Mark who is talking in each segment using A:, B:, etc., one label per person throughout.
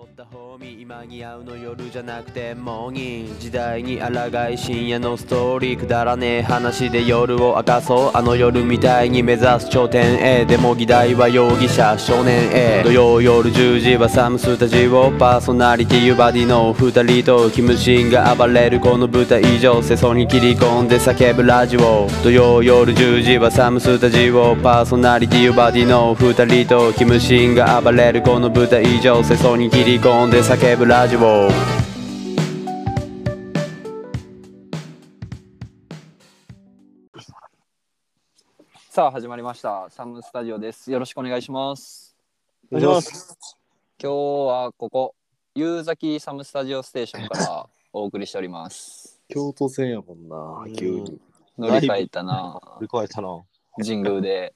A: ったホーミー今に合うの夜じゃなくてモーニング時代に抗い深夜のストーリーくだらねえ話で夜を明かそうあの夜みたいに目指す頂点へでも議題は容疑者少年へ土曜夜10時はサムスタジオパーソナリティーバディの2人とキムシンが暴れるこの舞台上世相に切り込んで叫ぶラジオ土曜夜10時はサムスタジオパーソナリティーバディの2人とキムシンが暴れるこの舞台上世相に切り込んで叫ぶラジオ
B: さあ始まりました。サムスタジオです。よろしくお願いします。
C: お願いします。
B: 今日はここ、夕崎サムスタジオステーションから お送りしております。
C: 京都戦やもんな
D: う、ん
C: 急に。
B: 乗り換えたな、
D: 乗り越えたな。
B: 神宮で。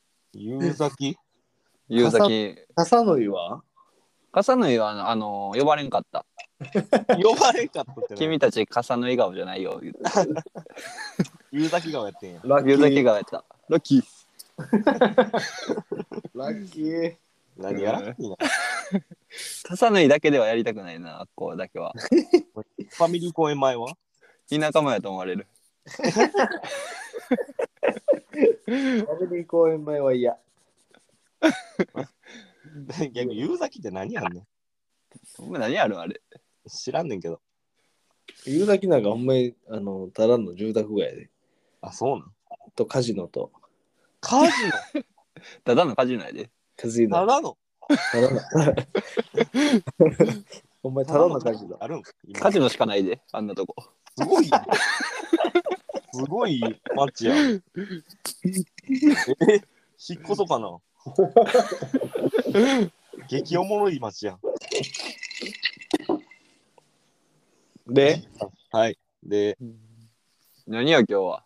D: 夕崎
B: 夕崎、
C: 笹の湯は
B: 笠縫はあのあの呼ばれんかった。
D: 呼ばれんかったって、ね。
B: 君たち笠縫顔じゃないよ。
D: 夕崎川やってんや。
C: ラ
B: 夕崎顔やった。ラッキー。
C: ラッキー。
D: 何やらん の
B: 笠縫だけではやりたくないな、こうだけは。
D: ファミリー公 演前は
B: 田舎もやと思われる。
C: ファミリー公演前は嫌。
D: 逆に夕崎って何やんねん
B: お前何やるんあれ。
D: 知らんねんけど。
C: 夕崎なんかほんまに、あの、ただの住宅街で。
D: あ、そうなん。
C: とカジノと、
D: カジノ
B: ただのカジノやで。
C: カジ
D: た
C: ノ。
D: だの
C: ただの。 ほんまにただのカジノ。
D: あるん今
B: カジノしかないで、あんなとこ。
D: すごいやん。すごい街 やん。え引っ越そう かな。激おもろい街やん。
C: で、
D: はい。で、
B: 何よ、今日は。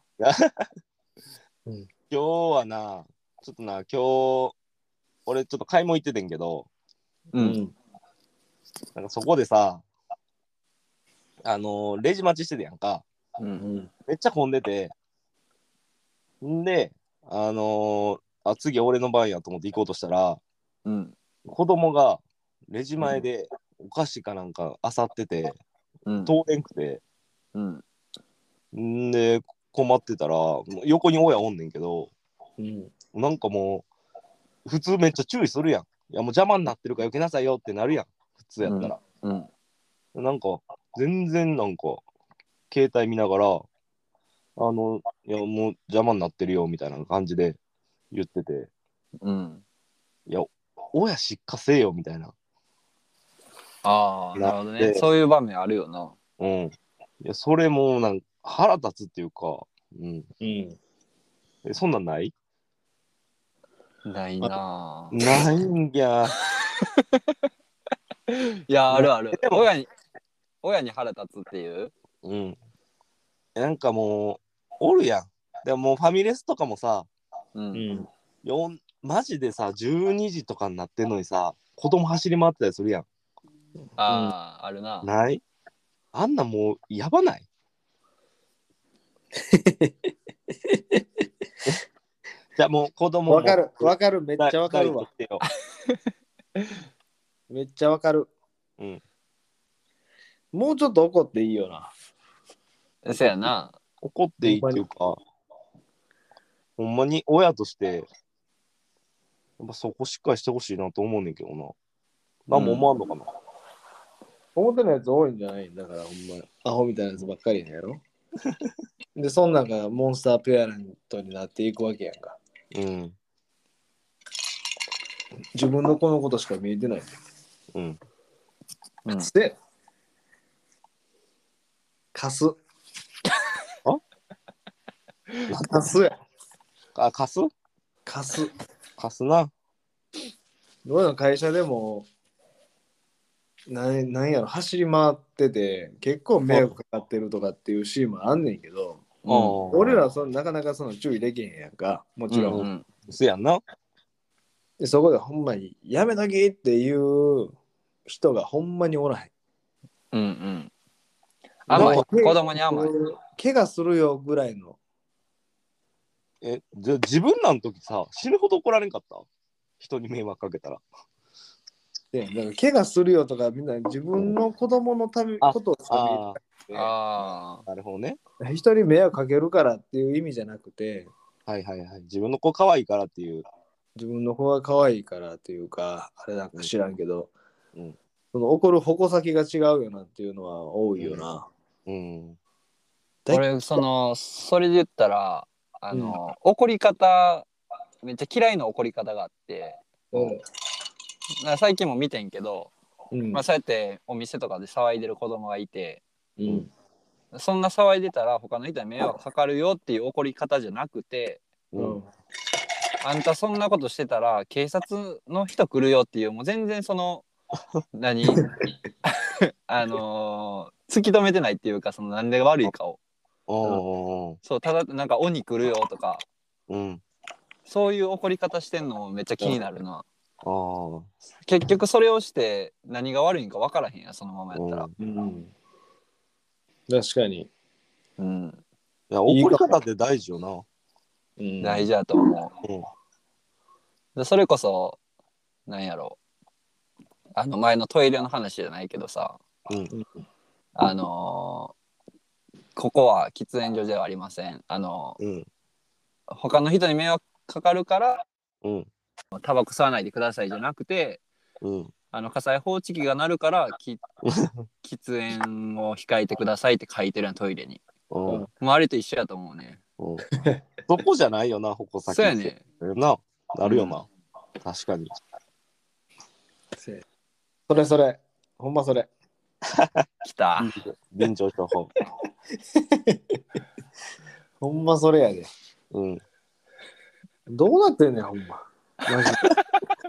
D: 今日はな、ちょっとな、今日、俺ちょっと買い物行っててんけど、
B: う。
C: うんん。
D: なんかそこでさ、あのーレジ待ちしててやんか。
B: う。
C: うんん。
D: めっちゃ混んでて。んで、あのーあ、次俺の番やと思って行こうとしたら、
B: うん。
D: 子供がレジ前でお菓子かなんか漁ってて、
B: うん。
D: 通れんくて。
B: うん。
D: んで、困ってたら、もう横に親おんねんけど、
C: うん。
D: なんかもう、普通めっちゃ注意するやん。いやもう邪魔になってるから避けなさいよってなるやん。普通やったら。
B: うん。
D: なんか、全然なんか、携帯見ながら、あの、いや、もう邪魔になってるよ、みたいな感じで言ってて、
B: うん。
D: いや、親しっかせえよ、みたいな。
B: ああ、なるほどね。そういう場面あるよな。
D: うん。いや、それも、なんか、腹立つっていうか、うん。
C: うん。
D: え、そんなんない
B: ないなぁ。
D: ないんや。
B: いや、あるある
D: で。も
B: 親に、親に腹立つっていう。
D: うん。なんかもう、おるやん。でももうファミレスとかもさ、
B: う。
C: うんん。
D: よんマジでさ、12時とかになってんのにさ、子供走り回ってたりするや。。
B: ああ、あるなん
D: ないあんなもう、やば ないじゃあもう子供も
C: わかる、わかる、めっちゃわかるわ。。
D: 抱いとってよ
C: めっちゃわかる。
D: うん。
C: もうちょっと怒っていいよな。
B: そやな。
D: 怒っていいっていうか、ほんまに親として、やっぱそこしっかりしてほしいなと思うねんけどな。何も思わんのかな、
C: 表のやつ多いんじゃないんだからほんまアホみたいなやつばっかりなんや ろでそんなんがモンスターペアレントになっていくわけやんか
D: うん。
C: 自分の子のことしか見えてない
D: うん。
B: うん。
C: で 貸す
D: あ
C: 貸すや
D: あ、貸す
C: 貸す
D: 貸すな。
C: 俺の会社でもなんなんやろ走り回ってて結構迷惑かかってるとかっていうシーンもあんねんけど
B: うん
C: 俺らはそのなかなかその注意できへんやんかもちろ
B: う
C: ん、
B: ん。
D: せやんな。
C: でそこでほんまに「やめとき!」っていう人がほんまにおらへん。
B: うん。うん。甘い。
C: なんか
B: 子供に甘い。
C: 怪我するよぐらいの。
D: え、じゃあ自分らの時さ、死ぬほど怒られんかった人に迷惑かけたら。
C: でなんか怪我するよとかみんな自分の子供のため
D: あ
C: ことを
D: あ
C: さ
B: あ
D: あ、なるほどね。
C: 人に迷惑かけるからっていう意味じゃなくて
D: はいはいはい。自分の子可愛いからっていう。
C: 自分の方が可愛いからっていうかあれなんか知らんけど、
D: うん
C: その怒る矛先が違うよなっていうのは多いよな、
D: うん。
B: あ。俺、その、それで言ったら、あの、怒り方、めっちゃ嫌いな怒り方があって、
C: うん
B: なんか最近も見てんけど、
C: うん
B: まあ、そうやってお店とかで騒いでる子供がいて、
C: うん
B: そんな騒いでたら他の人に迷惑かかるよっていう怒り方じゃなくて、
D: うん。
B: あんたそんなことしてたら警察の人来るよっていうもう全然その 何あのー突き止めてないっていうかそのなんで悪いかを
D: おー
B: そうただなんか鬼来るよとか
D: うん。
B: そういう怒り方してんのもめっちゃ気になるな
D: ああ。
B: 結局それをして何が悪いんか分からへんやそのままやったら
C: うん確かに、
B: うん、
D: いや怒り方って大事よな。
C: うん
B: 大事やと思う、
D: うん
B: でそれこそなんやろうあの前のトイレの話じゃないけどさ、
D: うん。
B: あのーここは喫煙所ではありません。あの
D: うん。
B: ー他の人に迷惑かかるから、
D: うん。
B: タバコ吸わないでくださいじゃなくて、
D: うん。
B: あの火災報知器が鳴るから き喫煙を控えてくださいって書いてるのトイレに。
D: うん。
B: もうあれと一緒やと思うね。
D: うん、そこじゃないよな、矛先。
B: そうや。ね。
D: な、なるよな。確かに。
C: せそれそれほんまそれ
B: 来た。
D: 臨場処方。
C: ほんまそれやで
D: うん。
C: どうなってんねんほんまマジで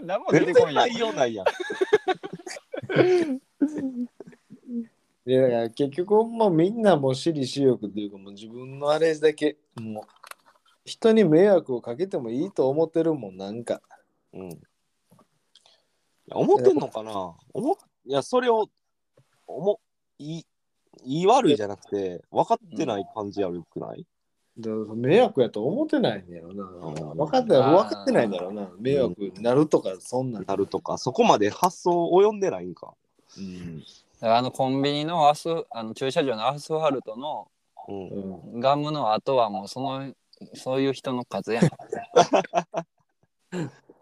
B: 何も出て
D: 全
B: こん
D: 然
B: や
D: 内容ないやん。
C: いやだから結局ほんまみんなもう私利私欲っていうかもう自分のあれだけもう人に迷惑をかけてもいいと思ってるもんなんか
D: うん。いや思ってんのかな思っいや、それを、思、いい、言い悪いじゃなくて、分かってない感じやよくない、
C: だから迷惑やと思ってないんやろな
D: うん
C: 分かってない分かってないんだろうな迷惑になるとかそんなん
D: なるとか、そこまで発想及んでないんか。
C: うん
B: あのコンビニのアスあの駐車場のアスファルトの
D: うん。
C: うん
B: ガムの後はもうそのそういう人の数やん。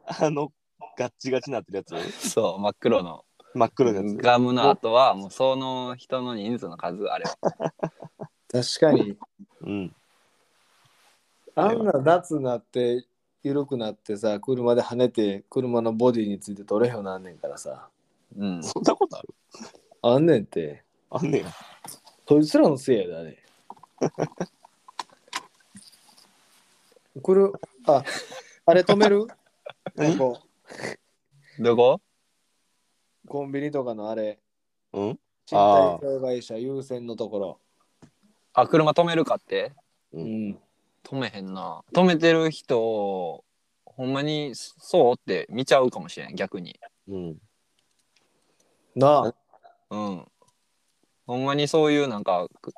D: あの、ガッチガチになってるやつ、
B: そう真っ黒の。
D: 真っ黒のやつ。
B: ガムの後はもうその人の人数の数あれは
C: 確かに
D: うん。
C: あんな夏なって緩くなってさ車で跳ねて車のボディについて取れへんようなんねんからさ
B: うん
D: そんなことある
C: あんねんって
D: あんねや。
C: そいつらのせいだね。これ、あ、あれ止める
D: 何
C: ここ
B: どこ
C: コンビニとかのあれ、
D: うん
C: 身体障害者優先のところ。
B: あ車止めるかって
D: う
C: うん。
B: 止めへんな止めてる人をほんまにそうって見ちゃうかもしれん逆に
D: うん。
C: なあ、
B: うんほんまにそういうなんかく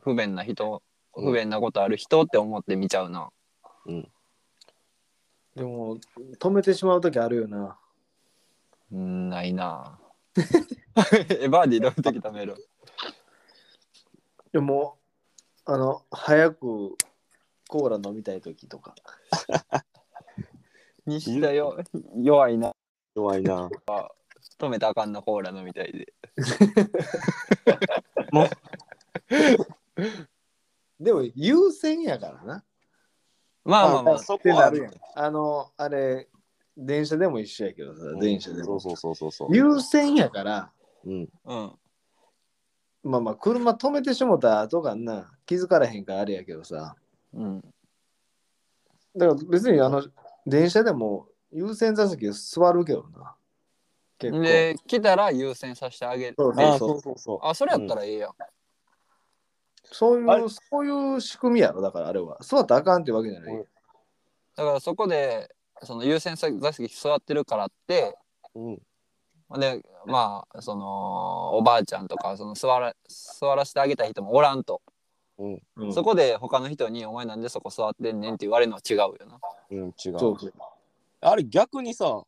B: 不便な人不便なことある人って思って見ちゃうな
C: でも、止めてしまうときあるよな。
B: うんないな えバーディーどういう時止める
C: でも、あの、早くコーラ飲みたいときとか。
B: 西田よ弱いな
D: 弱い な。
B: 止めたらあかんなコーラ飲みたいで
C: でも、優先やからな。
B: まあまあまあ
D: そ
C: って
D: こ
C: な
D: は
C: るやん。あの、あれ、電車でも一緒やけどさ、電車で
D: そ
C: も
D: う。そうそうそうそう。
C: 優先やから、
D: うん。
B: うん
C: まあまあ車止めてしもた後がな気づからへんからあれやけどさ
B: うん
C: だから別にあの電車でも優先座席座るけどな結構
B: で来たら優先させてあげる
C: そう
D: あ
C: そ
D: あ、
C: うそ
D: そううそうそう。
B: あそれやったらええやん、
C: そう
D: あ
C: いう
D: れ
C: そういう仕組みやろだからあれは座ったらあかんってわけじゃない、
D: うん
B: だからそこでその優先座席座ってるからって
D: うん。
B: でまあそのおばあちゃんとかその座ら座らせてあげたい人もおらんと、
C: うん
B: そこで他の人に「お前なんでそこ座ってんねん」って言われるのは違うよな
D: うん、違う。
C: そうそう
D: あれ逆にさ、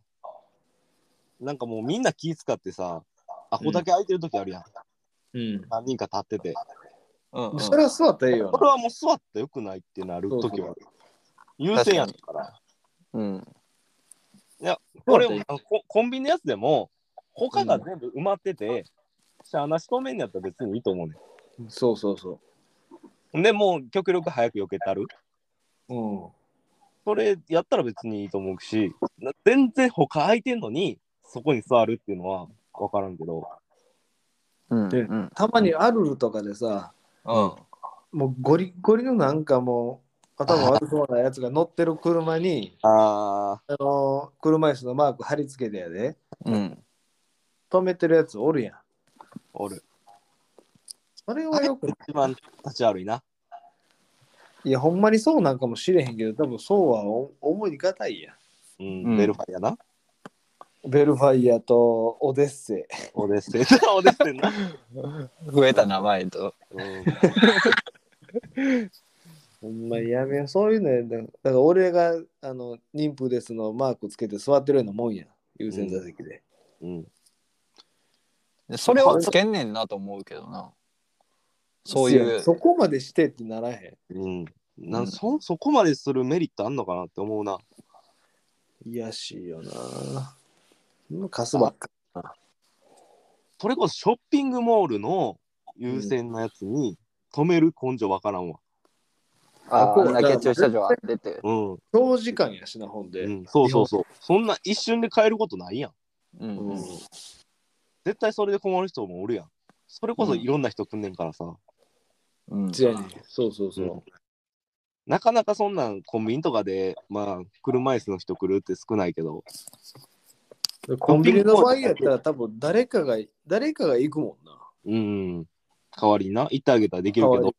D: なんかもうみんな気使ってさ、アホだけ空いてる時あるやん。
C: うん。
D: 何人か立ってて。
B: うんうん
C: それは座ったらええよ
D: これはもう座ってよくないってなる時はある。優先やんから。
B: うん
D: これもあのココンビニのやつでも、他が全部埋まってて、じゃあ穴し止めんのやったら別にいいと思うね
C: な。そうそうそ
D: ん。でもう極力早く避けたる。
C: う。うん。
D: それやったら別にいいと思うし、な全然他空いてんのに、そこに座るっていうのは分からんけど、
B: うん
C: で
B: うん
C: たまにアルルとかでさ、
B: うん
C: もうゴリゴリのなんかもう頭悪そうなやつが乗ってる車に、
D: あ
C: あのー車椅子のマーク貼り付けてやで、
B: うん
C: 止めてるやつおるやん。
D: ー、おる。
C: それはよくない。
D: 一番立ち悪いな。
C: いや、ほんまにそうなんかもしれへんけど、多分そうはお思いがたいや
D: う、
B: うんん
D: ベルファイやな。
C: ん。ベルファイアとオデッセイ。
D: オデッ セン。オデッセンな。
B: 増えた名前と
D: うん
C: ほんまにやめようそういうのやだだから俺があの妊婦ですのマークつけて座ってるようなもんやん。優先座席で。
D: うん。
B: でそれをつけんねんなと思うけどなそう
C: せ
B: い
C: や
B: う
C: そこまでしてってならへん。
D: うん。
B: う
D: なんそそこまでするメリットあんのかなって思うな。
C: いやしいよな。もう貸すばっか。
D: それこそショッピングモールの優先のやつに止める根性わからんわ。
B: あ
C: こう
B: あんな決中したじゃん出て
D: うん。
C: 長時間やしな、ほんで。
D: うん、そうそうそう。そんな一瞬で変えることないやん。
B: うん
C: うん
D: 絶対それで困る人もおるやん。それこそいろんな人来んねんからさ。
B: うん
C: せやねんそうそうそう。
D: うんなかなかそんなんコンビニとかで、まあ、車椅子の人来るって少ないけど、
C: でコンビニの場合やったら多分誰かが、誰かが行くもんな。
D: うん。代わりにな、行ってあげたらできるけ
C: 代わ
D: ど、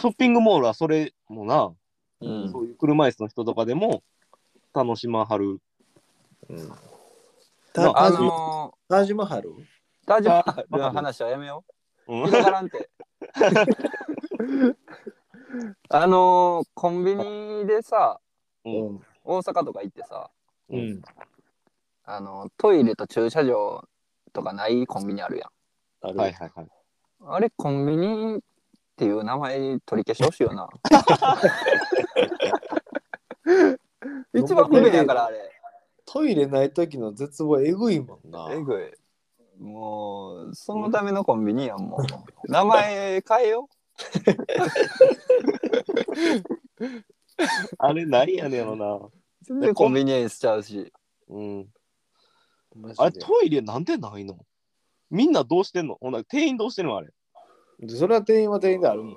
D: ショッピングモールはそれもな、
B: うん
D: そういう車椅子の人とかでも楽しまはる。
C: た
D: あ
B: あ
C: タジ
B: の
C: タジマハル
B: ー、大丈夫の話はやめよ
D: うん
B: う。広がらんて。 あのー、コンビニでさ、
C: うん。
B: 大阪とか行ってさ、
D: う
C: うん。
B: あのートイレと駐車場とかないコンビニあるや
C: ある
D: はいはいはい。
B: ん。あれ、コンビニっていう名前取り消してほしいよな。 一番不便やから、あれ。
C: トイレない時の絶望えぐいもんな。
B: えぐい。もう、そのためのコンビニやん、もう。名前変えよ
D: あれ、なんやねんやろ
B: う。全然コンビニエンスちゃうし。
D: な。うん。
C: マジで
D: あれ、トイレなんでないのみんなどうしてんのほんなら店員どうしてんのあれ。
C: でそれは店員は店員であるもん。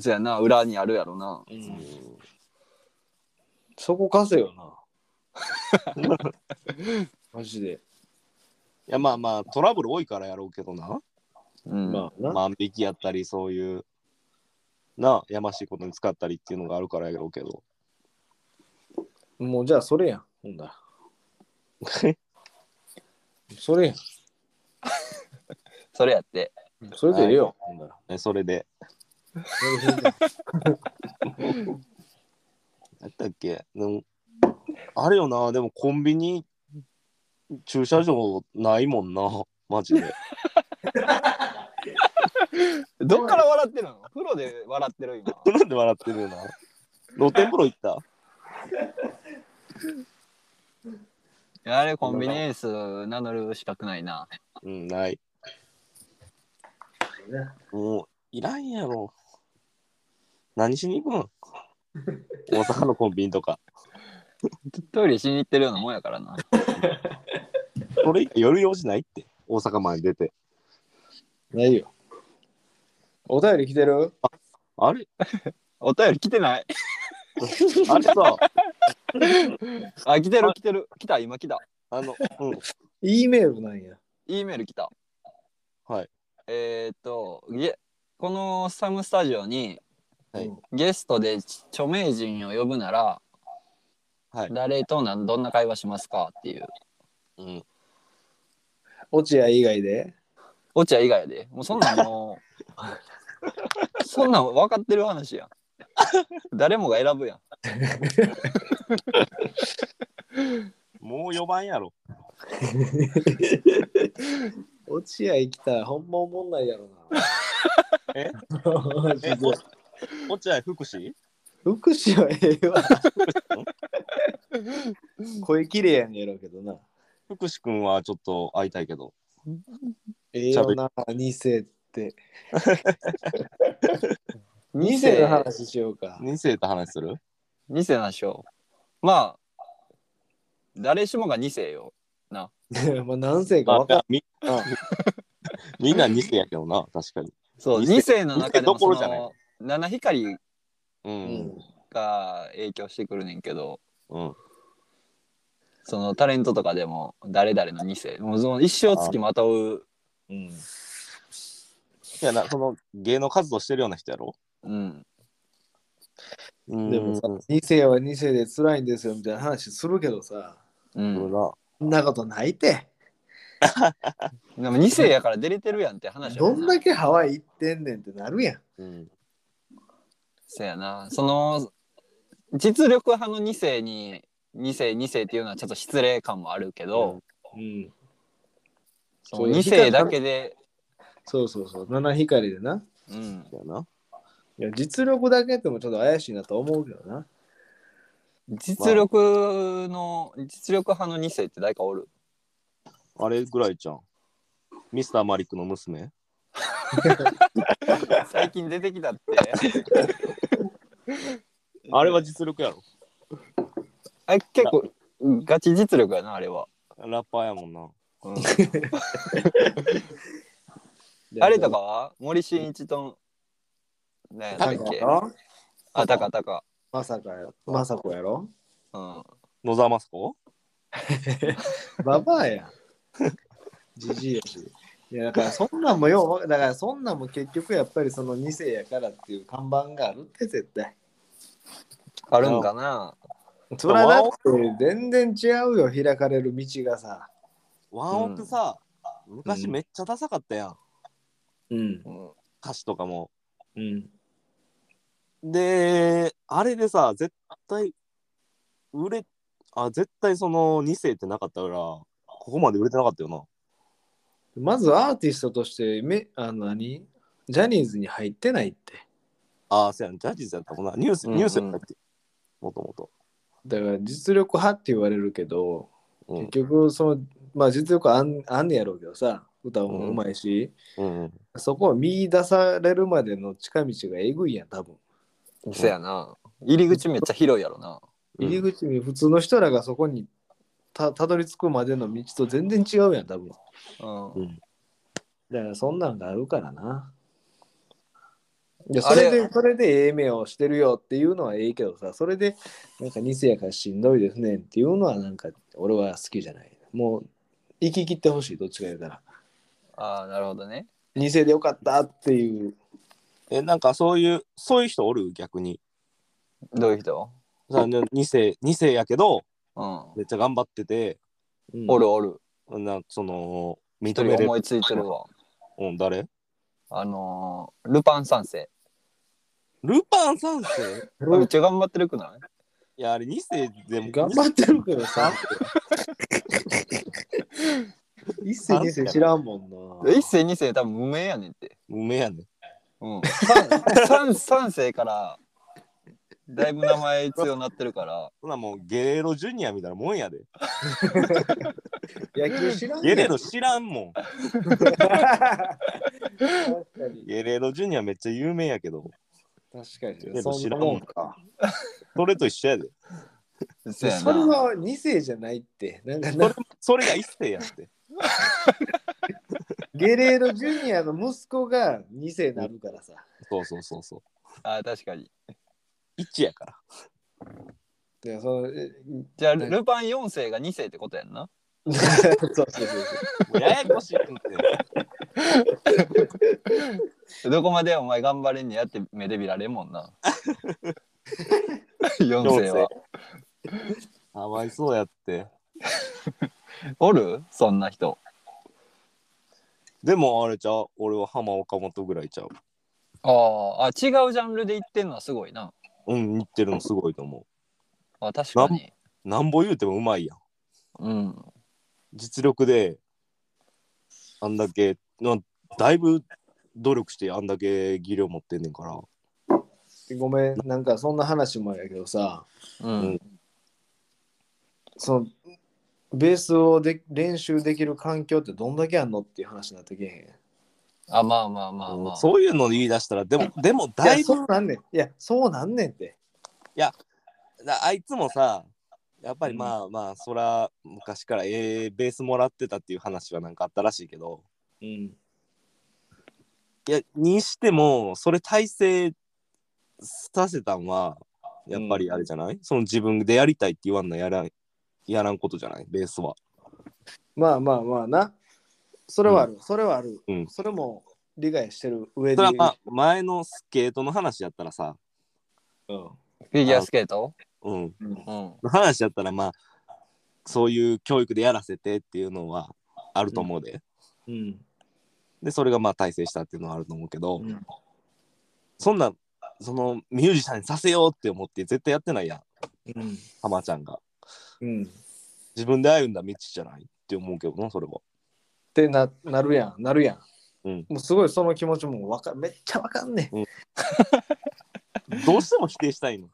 B: そやな、裏にあるやろな。
C: そこ貸せよな。 マジで。
D: いやまあまあトラブル多いからやろうけどな、
B: うん。
C: まあな。
D: 万引きやったりそういうなやましいことに使ったりっていうのがあるからやろうけど
C: もうじゃあそれやん。ほ んだら。それやん。
B: それやって。
C: それでええよ。ほんだら。
D: えそれで
C: それでええよ
D: やったっけでもあれよなでもコンビニ駐車場ないもんな マジで
B: どっから笑ってるの風呂で笑ってる今。
D: なんで笑ってるよな露天風呂行った
B: あれコンビニエンス名乗る資格ないな。
D: うんないもういらんやろ何しに行くの大阪のコンビニとか
B: トイレしに行ってるようなもんやからな。
D: それ以外夜用事ないって大阪まで出て
C: ないよ。お便り来てる
D: あれ
B: お便り来てない
D: あれさ、
B: あ、来てる来てる。来た、今来た。
D: あの、うん、
C: ?E メールなんや。
B: E メール来た。
D: はい。
B: えー、っと、ゲこのサムスタジオに、
D: はい
B: ゲストで著名人を呼ぶなら、
D: はい
B: 誰となんどんな会話しますかっていう。
D: うん、
C: 落合以外で。
B: 落合以外やで。もうそんなんも う、そんなん分かってる話やん。誰もが選ぶやん。
D: もう4番やろ。
C: 落合来たらほんまおもんないやろな。
D: え
C: マジ
D: え
C: で
D: お落合福祉
C: 福祉はええわ。声きれいやねやろうけどな。
D: 福祉君はちょっと会いたいけど。
C: ええよな、二世って。二世の話しようか。
D: 2世と話する
B: 2世なんでしょうまあ誰しもが2世よ
C: まあ何世か
D: ま
C: わか
D: あみ みんな2世やけどな、確かに。
B: そう
D: 二世
B: 2世の中でもそ
D: 二世どころじゃない
B: の七光
D: う
C: らん。
D: ん。
B: が影響してくるねんけど
D: うん。
B: そのタレントとかでも誰々の2世もうその一生つきまとう、
C: うん。
D: いやな、その芸能活動してるような人やろ
B: うん、
D: うん
C: でもさ、二世は二世で辛いんですよみたいな話するけどさ、
B: う
D: うんん、な
C: そんなことないて。
B: でも2世やから出れてるやんって話やも
C: ど
B: ん
C: ん
B: な
C: だけハワイ行ってんねんってなるやん。
D: うん。
B: そやなその実力派の2世に2世2世っていうのはちょっと失礼感もあるけど、
C: うん。
B: その2世だけで、
C: そうそうそう、七光でな。
B: うん、
D: やな。
C: いや、実力だけでもちょっと怪しいなと思うけどな。
B: 実力の実力派の2世って誰かおる
D: あれぐらいじゃん。ミスターマリックの娘
B: 最近出てきた って
D: あれは実力やろ。
B: あれ結構ガチ実力やなあれは、
D: ラッパーやもんな。
B: うんあれとかは森進一と何やったっ
C: まさか
B: け
C: やろ
B: あたかたか
C: まさかやまさこやろ
B: うん
D: 野沢雅子
C: ババアやん。 じじいやし。いやだからそんなんもようわだからそんなんも結局やっぱりその2世やからっていう看板があるって絶対。
B: あるんかな
C: そらだって全然違うよ開かれる道がさ。
D: ワンオクさ、昔めっちゃダサかったやん。
C: うん
B: うん
D: 歌詞とかも。
C: うん
D: で、あれでさ、絶対、売れ、あ、絶対その2世ってなかったから、ここまで売れてなかったよな。
C: まずアーティストとしてめあの何ジャニーズに入ってないって。
D: あ、そうやん、ジャニーズやったもんな。ニュース、
B: うんうん
D: ニュースやったっけもともと。
C: だから実力派って言われるけど、
D: うん
C: 結局そのまあ実力あんあんねやろうけどさ歌もうまいし、
D: うんうん。
C: そこを見出されるまでの近道がえぐいやん多分
B: そやな入り口めっちゃ広いやろな
D: うん
C: 入り口に普通の人らがそこにたたどり着くまでの道と全然違うやん多分
B: うん
C: だからそんなんがあるからないや
B: あ
C: そ
B: れ
C: れでそれでええ目をしてるよっていうのはええけどさそれでなんか偽やからしんどいですねんっていうのはなんか俺は好きじゃないもう生き切ってほしいどっちか言うたら
B: ああなるほどね
C: 偽でよかったっていう
D: え、なんかそういう、そういう人おる逆に。
B: どういう人
D: さ2世、2世やけど、
B: うん
D: めっちゃ頑張ってて、
B: おるおる
D: なその、
B: 一
D: 認
B: 人
D: めれ
B: 思いついてるわ
D: うん、誰
B: あのー、ルパン三世
D: ルパン三世
B: めっちゃ頑張ってるくない
D: いや、あれ2世でも、
C: 頑張ってるけどさ 一世二世知らんもんな
B: 一世二世多分無名やねんって。
D: 無名やね
B: うん。三 三三世からだいぶ名前必要になってるから。
D: ほらもうゲレーロジュニアみたいなもんやで。
C: 野球知らん
D: ゲレ
C: やん
D: ーロ知らんもん。
C: 確かに
D: ゲレーロジュニアめっちゃ有名やけど、
C: 確か
D: ゲレ
C: に
D: ーロ
C: そ
D: 知
C: んな
D: らんも
C: も
D: ん
C: んか
D: それと一緒やで。
B: そ
C: それ
B: やな。
C: は二世じゃないってなんか
D: そ
C: な
D: れそれが一世やって。
C: ゲレーロジュニアの息子が2世になるからさ。
D: そうそうそうそう。
B: あ確かに。
D: 一やから。
C: でそのえ
B: じゃあルルパン四世が二世ってことやんな。
C: そうそうそうそう
D: もうややこしいって。
B: どこまでお前頑張れんねやって目で見られんもん な。四世は。
D: かわいそうやって。
B: おるそんな人。
D: でもあれちゃう。俺は浜岡本ぐらいちゃう。
B: あーあ、違うジャンルで言ってんのはすごいな。
D: うん、似てるのすごいと思
B: あ確かに。
D: う。なんぼ言うてもうまいやん。
B: うん。
D: 実力であんだけなだいぶ努力してあんだけ技量持ってんねんから
C: ごめん、なんかそんな話もやけどさ、
B: うん。
C: そのベースをで練習できる環境ってどんだけあんのっていう話になってけへん。
B: あ、まあまあまあまあ。
D: そういうの言い出したらでもでもだ
C: い
D: い
C: や、
D: ぶ
C: そうなんねん。いや、そうなんねんって。
D: だあいつもさやっぱりまあまあそら昔からええベースもらってたっていう話はなんかあったらしいけど
C: うん。
D: いやにしてもそれ体制させたんはやっぱりあれじゃない、その自分でやりたいって言わんのやらんやらんことじゃないベースは。
C: まあまあまあな。それはある。それはある。
D: うん
C: それも理解してる上で
D: それ。はまあ前のスケートの話やったらさ、
C: うん
B: フィギュアスケート
D: うん、
C: うん
B: うん。
D: の話やったらまあそういう教育でやらせてっていうのはあると思うで、
C: うん。
D: でそれがまあ体制したっていうのはあると思うけど、
C: うん
D: そんなそのミュージシャンにさせようって思って絶対やってないやん
C: うん。
D: ハマちゃんが
C: うん。っ
D: 自分で歩んだ道じゃないって思うけどなそれは
C: てななるやん。なるやん。
D: うん
C: もうすごいその気持ちもわかめっちゃわかんねん。
D: どうしても否定したいの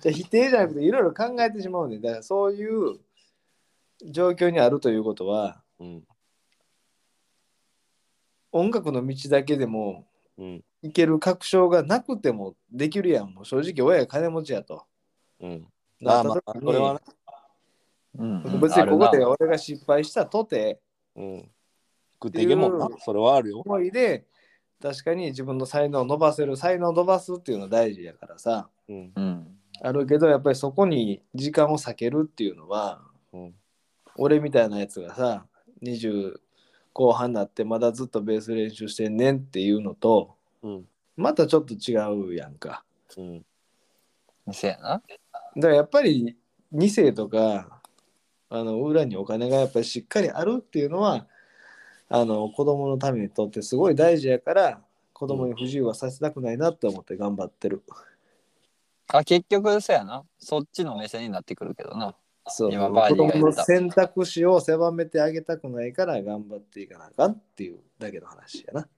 C: じゃあ否定じゃなくていろいろ考えてしまうねんだからそういう状況にあるということは
D: うん
C: 音楽の道だけでも
D: うん
C: 行ける確証がなくてもできるやんもう正直親が金持ちやと。
D: うんま
C: な
D: あ
C: った
D: ま
C: 時
D: あ
C: に
D: これはね、
B: うん
C: 別にここ
B: ある
C: で
B: な
C: 俺が失敗したとて
D: うん、食っていけんもんなそれはあるよ
C: 思いで確かに自分の才能を伸ばせる才能を伸ばすっていうのは大事やからさ
D: うん
B: うん。
C: あるけどやっぱりそこに時間を避けるっていうのは
D: うん
C: 俺みたいなやつがさ20後半になってまだずっとベース練習してんねんっていうのと
D: うん
C: またちょっと違うやんか
D: うん
B: 店やな。
C: だからやっぱり2世とかあの裏にお金がやっぱりしっかりあるっていうのはあの子供のためにとってすごい大事やから子供に不自由はさせたくないなって思って頑張ってる、
B: あ、結局そうやな。そっちの目線になってくるけどな。
C: そう
B: 今バー
C: 子
B: ディーが
C: 供
B: 言
C: の
B: った
C: 選択肢を狭めてあげたくないから頑張っていかなあかんっていうだけの話やな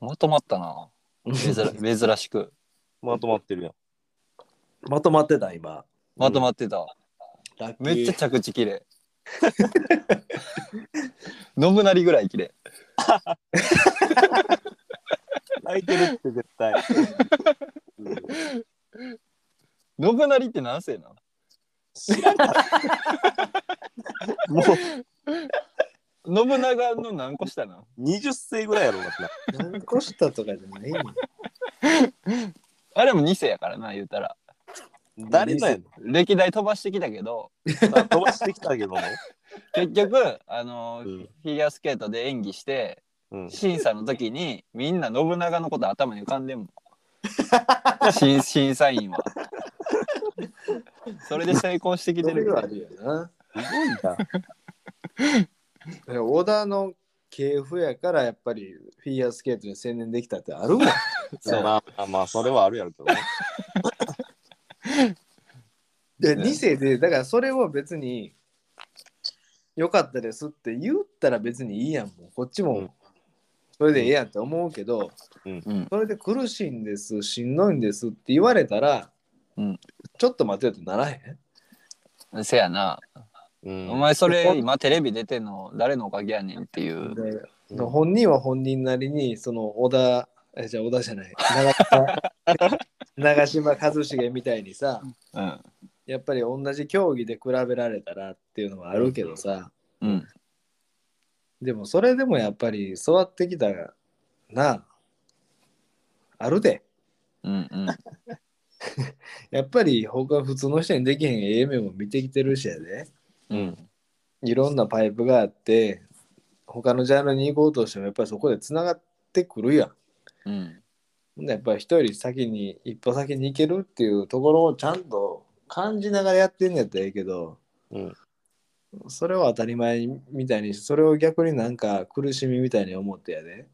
B: まとまった な。珍珍しく。
D: まとまってるやん
C: まとまってた今
B: まとまってた。
C: ラッキー
B: めっちゃ着地綺麗。飲むなりぐらい綺麗。
D: 泣いてるって絶対うん
B: 飲むなりって何歳なの
D: 知らんかったも
B: 信長の何個下なの
D: う20歳ぐらいやろうな
C: 何個下とかじゃないねん
B: あれも2世やからな言うたら
D: 誰だよ
B: 歴代飛ばしてきたけど
D: 飛ばしてきたけども、
B: 結局あのー
D: うん
B: フィギュアスケートで演技して
D: うん、
B: 審査の時にみんな信長のこと頭に浮かんでんもん審審査員はそれで成功してきて
C: それ
B: る
C: はあるよな
D: すごいな。
C: 小田の系譜やからやっぱりフィギュアスケートに専念できたってあるもん
B: そう
D: まあまあまあ、それはあるやろうけどね。
C: で
B: ね
C: 2世でだからそれを別に良かったですって言ったら別にいいやんもうこっち
D: うん
C: もそれでええやんって思うけど
B: うん
C: それで苦しいんですしんどいんですって言われたら、
B: うん
C: ちょっと待てよってならへん
B: せやな、
D: うん
B: お前それ今テレビ出てんの誰のおかげやねんっていう
C: で
D: うん
C: 本人は本人なりにその小田えじゃあ小田じゃない長嶋 長嶋一茂みたいにさ
B: うん
C: やっぱり同じ競技で比べられたらっていうのはあるけどさ
B: うん
C: でもそれでもやっぱり育ってきたなあるで
B: うんうん
C: やっぱり他普通の人にできへんええ面も見てきてるしやで
B: うん
C: いろんなパイプがあって他のジャンルに行こうとしてもやっぱりそこでつながってくるやん
B: うん
C: ほんでやっぱり人より先に一歩先に行けるっていうところをちゃんと感じながらやってんのやったらええけど、
D: うん
C: それを当たり前みたいにそれを逆になんか苦しみみたいに思ってやで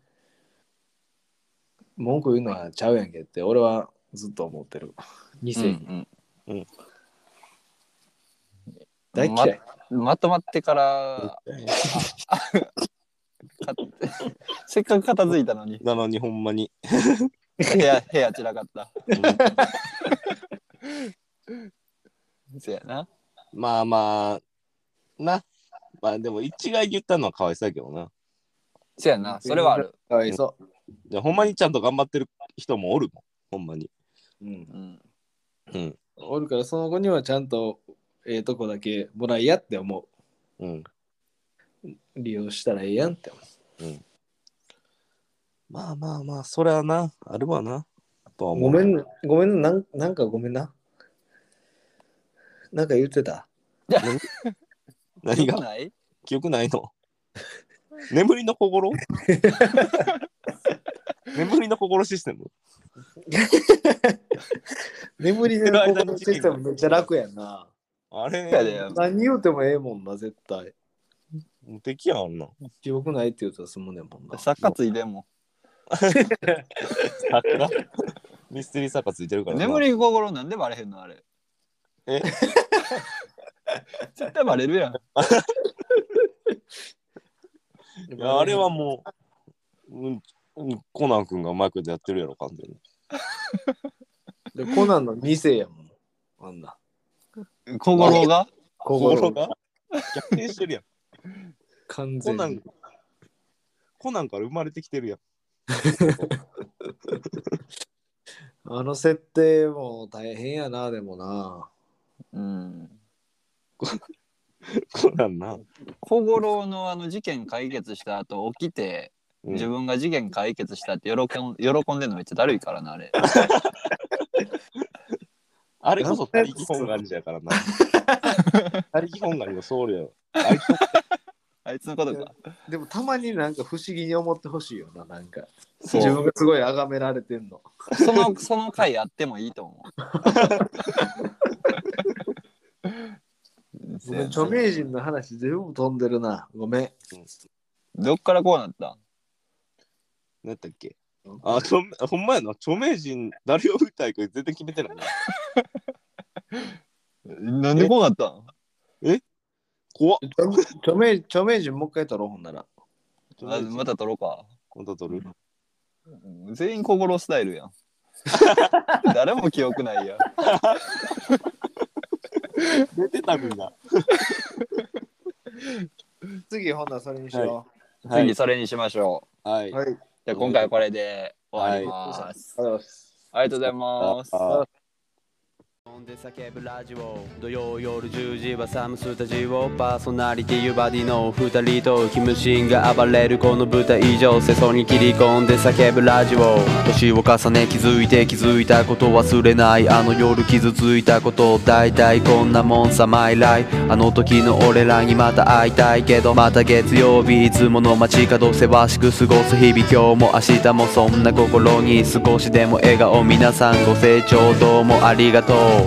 C: 文句言うのはちゃうやんけって俺はずっと思ってる2世
B: う
C: に、
B: ん
D: うん
C: 大嫌い。
B: まとまってから、かせっかく片付いた のに、
D: なのにほんまに。
B: 部屋、部屋散らかった。そやな。
D: まあまあ、な。まあでも一概に言ったのはかわいそうやけどな。
B: そやな、それはある。
C: かわいそ
D: でほんまにちゃんと頑張ってる人もおるもん。ほんまに。
C: う。うん
B: う。ん。
D: うん。
C: おるから、その後にはちゃんと、ええとこだけもらいやって思う。
D: うん。
C: 利用したらええやんって思う。
D: まあまあまあ、それはな、あるわな。とは思
C: ごめ。
D: う
C: ん、ごめんな、なんなんかごめんな。なんか言ってた。
D: 何が
B: ない
D: 記憶ないの眠りの心眠りの心システム
C: 眠りの心のシステムめっちゃ楽やん な。
D: あれ
B: やで
C: 何言うてもええもんな、絶対。
D: 無敵やんあんな。
C: 記憶ないって言うとすむねんもんな。
B: 作家ついでんも
D: 作家ミステリー作家ついてるか
B: ん。
D: らな。
B: 眠り心なんでバレへんのあれ。
D: え
B: 絶対バレるやん。
D: いやあれはもう、うんうん、コナン君がマイクでやってるやろ、完全に。
C: でコナンの2世やもん。あんな。
B: 心が
D: 心が逆転してるやん。
C: 完
D: コ
C: 全
D: ナン
C: に。、
D: コナンから生まれてきてるやん。
C: あの設定も大変やな、でもな。
B: うん。
D: コナンな。
B: 小五郎のあの事件解決した後起きて
D: うん
B: 自分が事件解決したって喜ん 喜んでるのめっちゃだるいからなあ れ
D: あれこそ他力本願寺 やからな。他力本願寺の僧侶。あいつ
B: あいつのことか
C: でもたまになんか不思議に思ってほしいよな、なんか。
B: そ
C: 自
B: う
C: 分がすごい崇められてんの。
B: そのその回やってもいいと思 う
C: ごめん、著名人の話全部飛んでるな。ごめん。
B: どっからこうなったん
D: 何やったっけあ、ちょほんまやな。著名人、誰を歌いか全然決めてないな。
B: なんでこうなったん
D: 怖っ。
C: 著名著名人もう一回取ろうほんなら。
B: あまた撮ろうか
D: また取る。
B: 全員小五郎スタイル やん誰も記憶ないやん
D: 出てたみんな。
C: 次ほんならそれにしよ。。
D: はい
B: 次。それにしましょ
D: はいう
C: はい。ありが
B: うじゃあ今回はこれで終わります、
C: とうございます。
B: ありがとうございます
A: 飛んで叫ぶラジオ土曜夜10時はサムスタジオパーソナリティーバディの二人とキムシンが暴れるこの舞台以上世相に切り込んで叫ぶラジオ年を重ね気づいて気づいたこと忘れないあの夜傷ついたこと大体こんなもんさマイライあの時の俺らにまた会いたいけどまた月曜日いつもの街角せわしく過ごす日々今日も明日もそんな心に少しでも笑顔皆さんご清聴どうもありがとう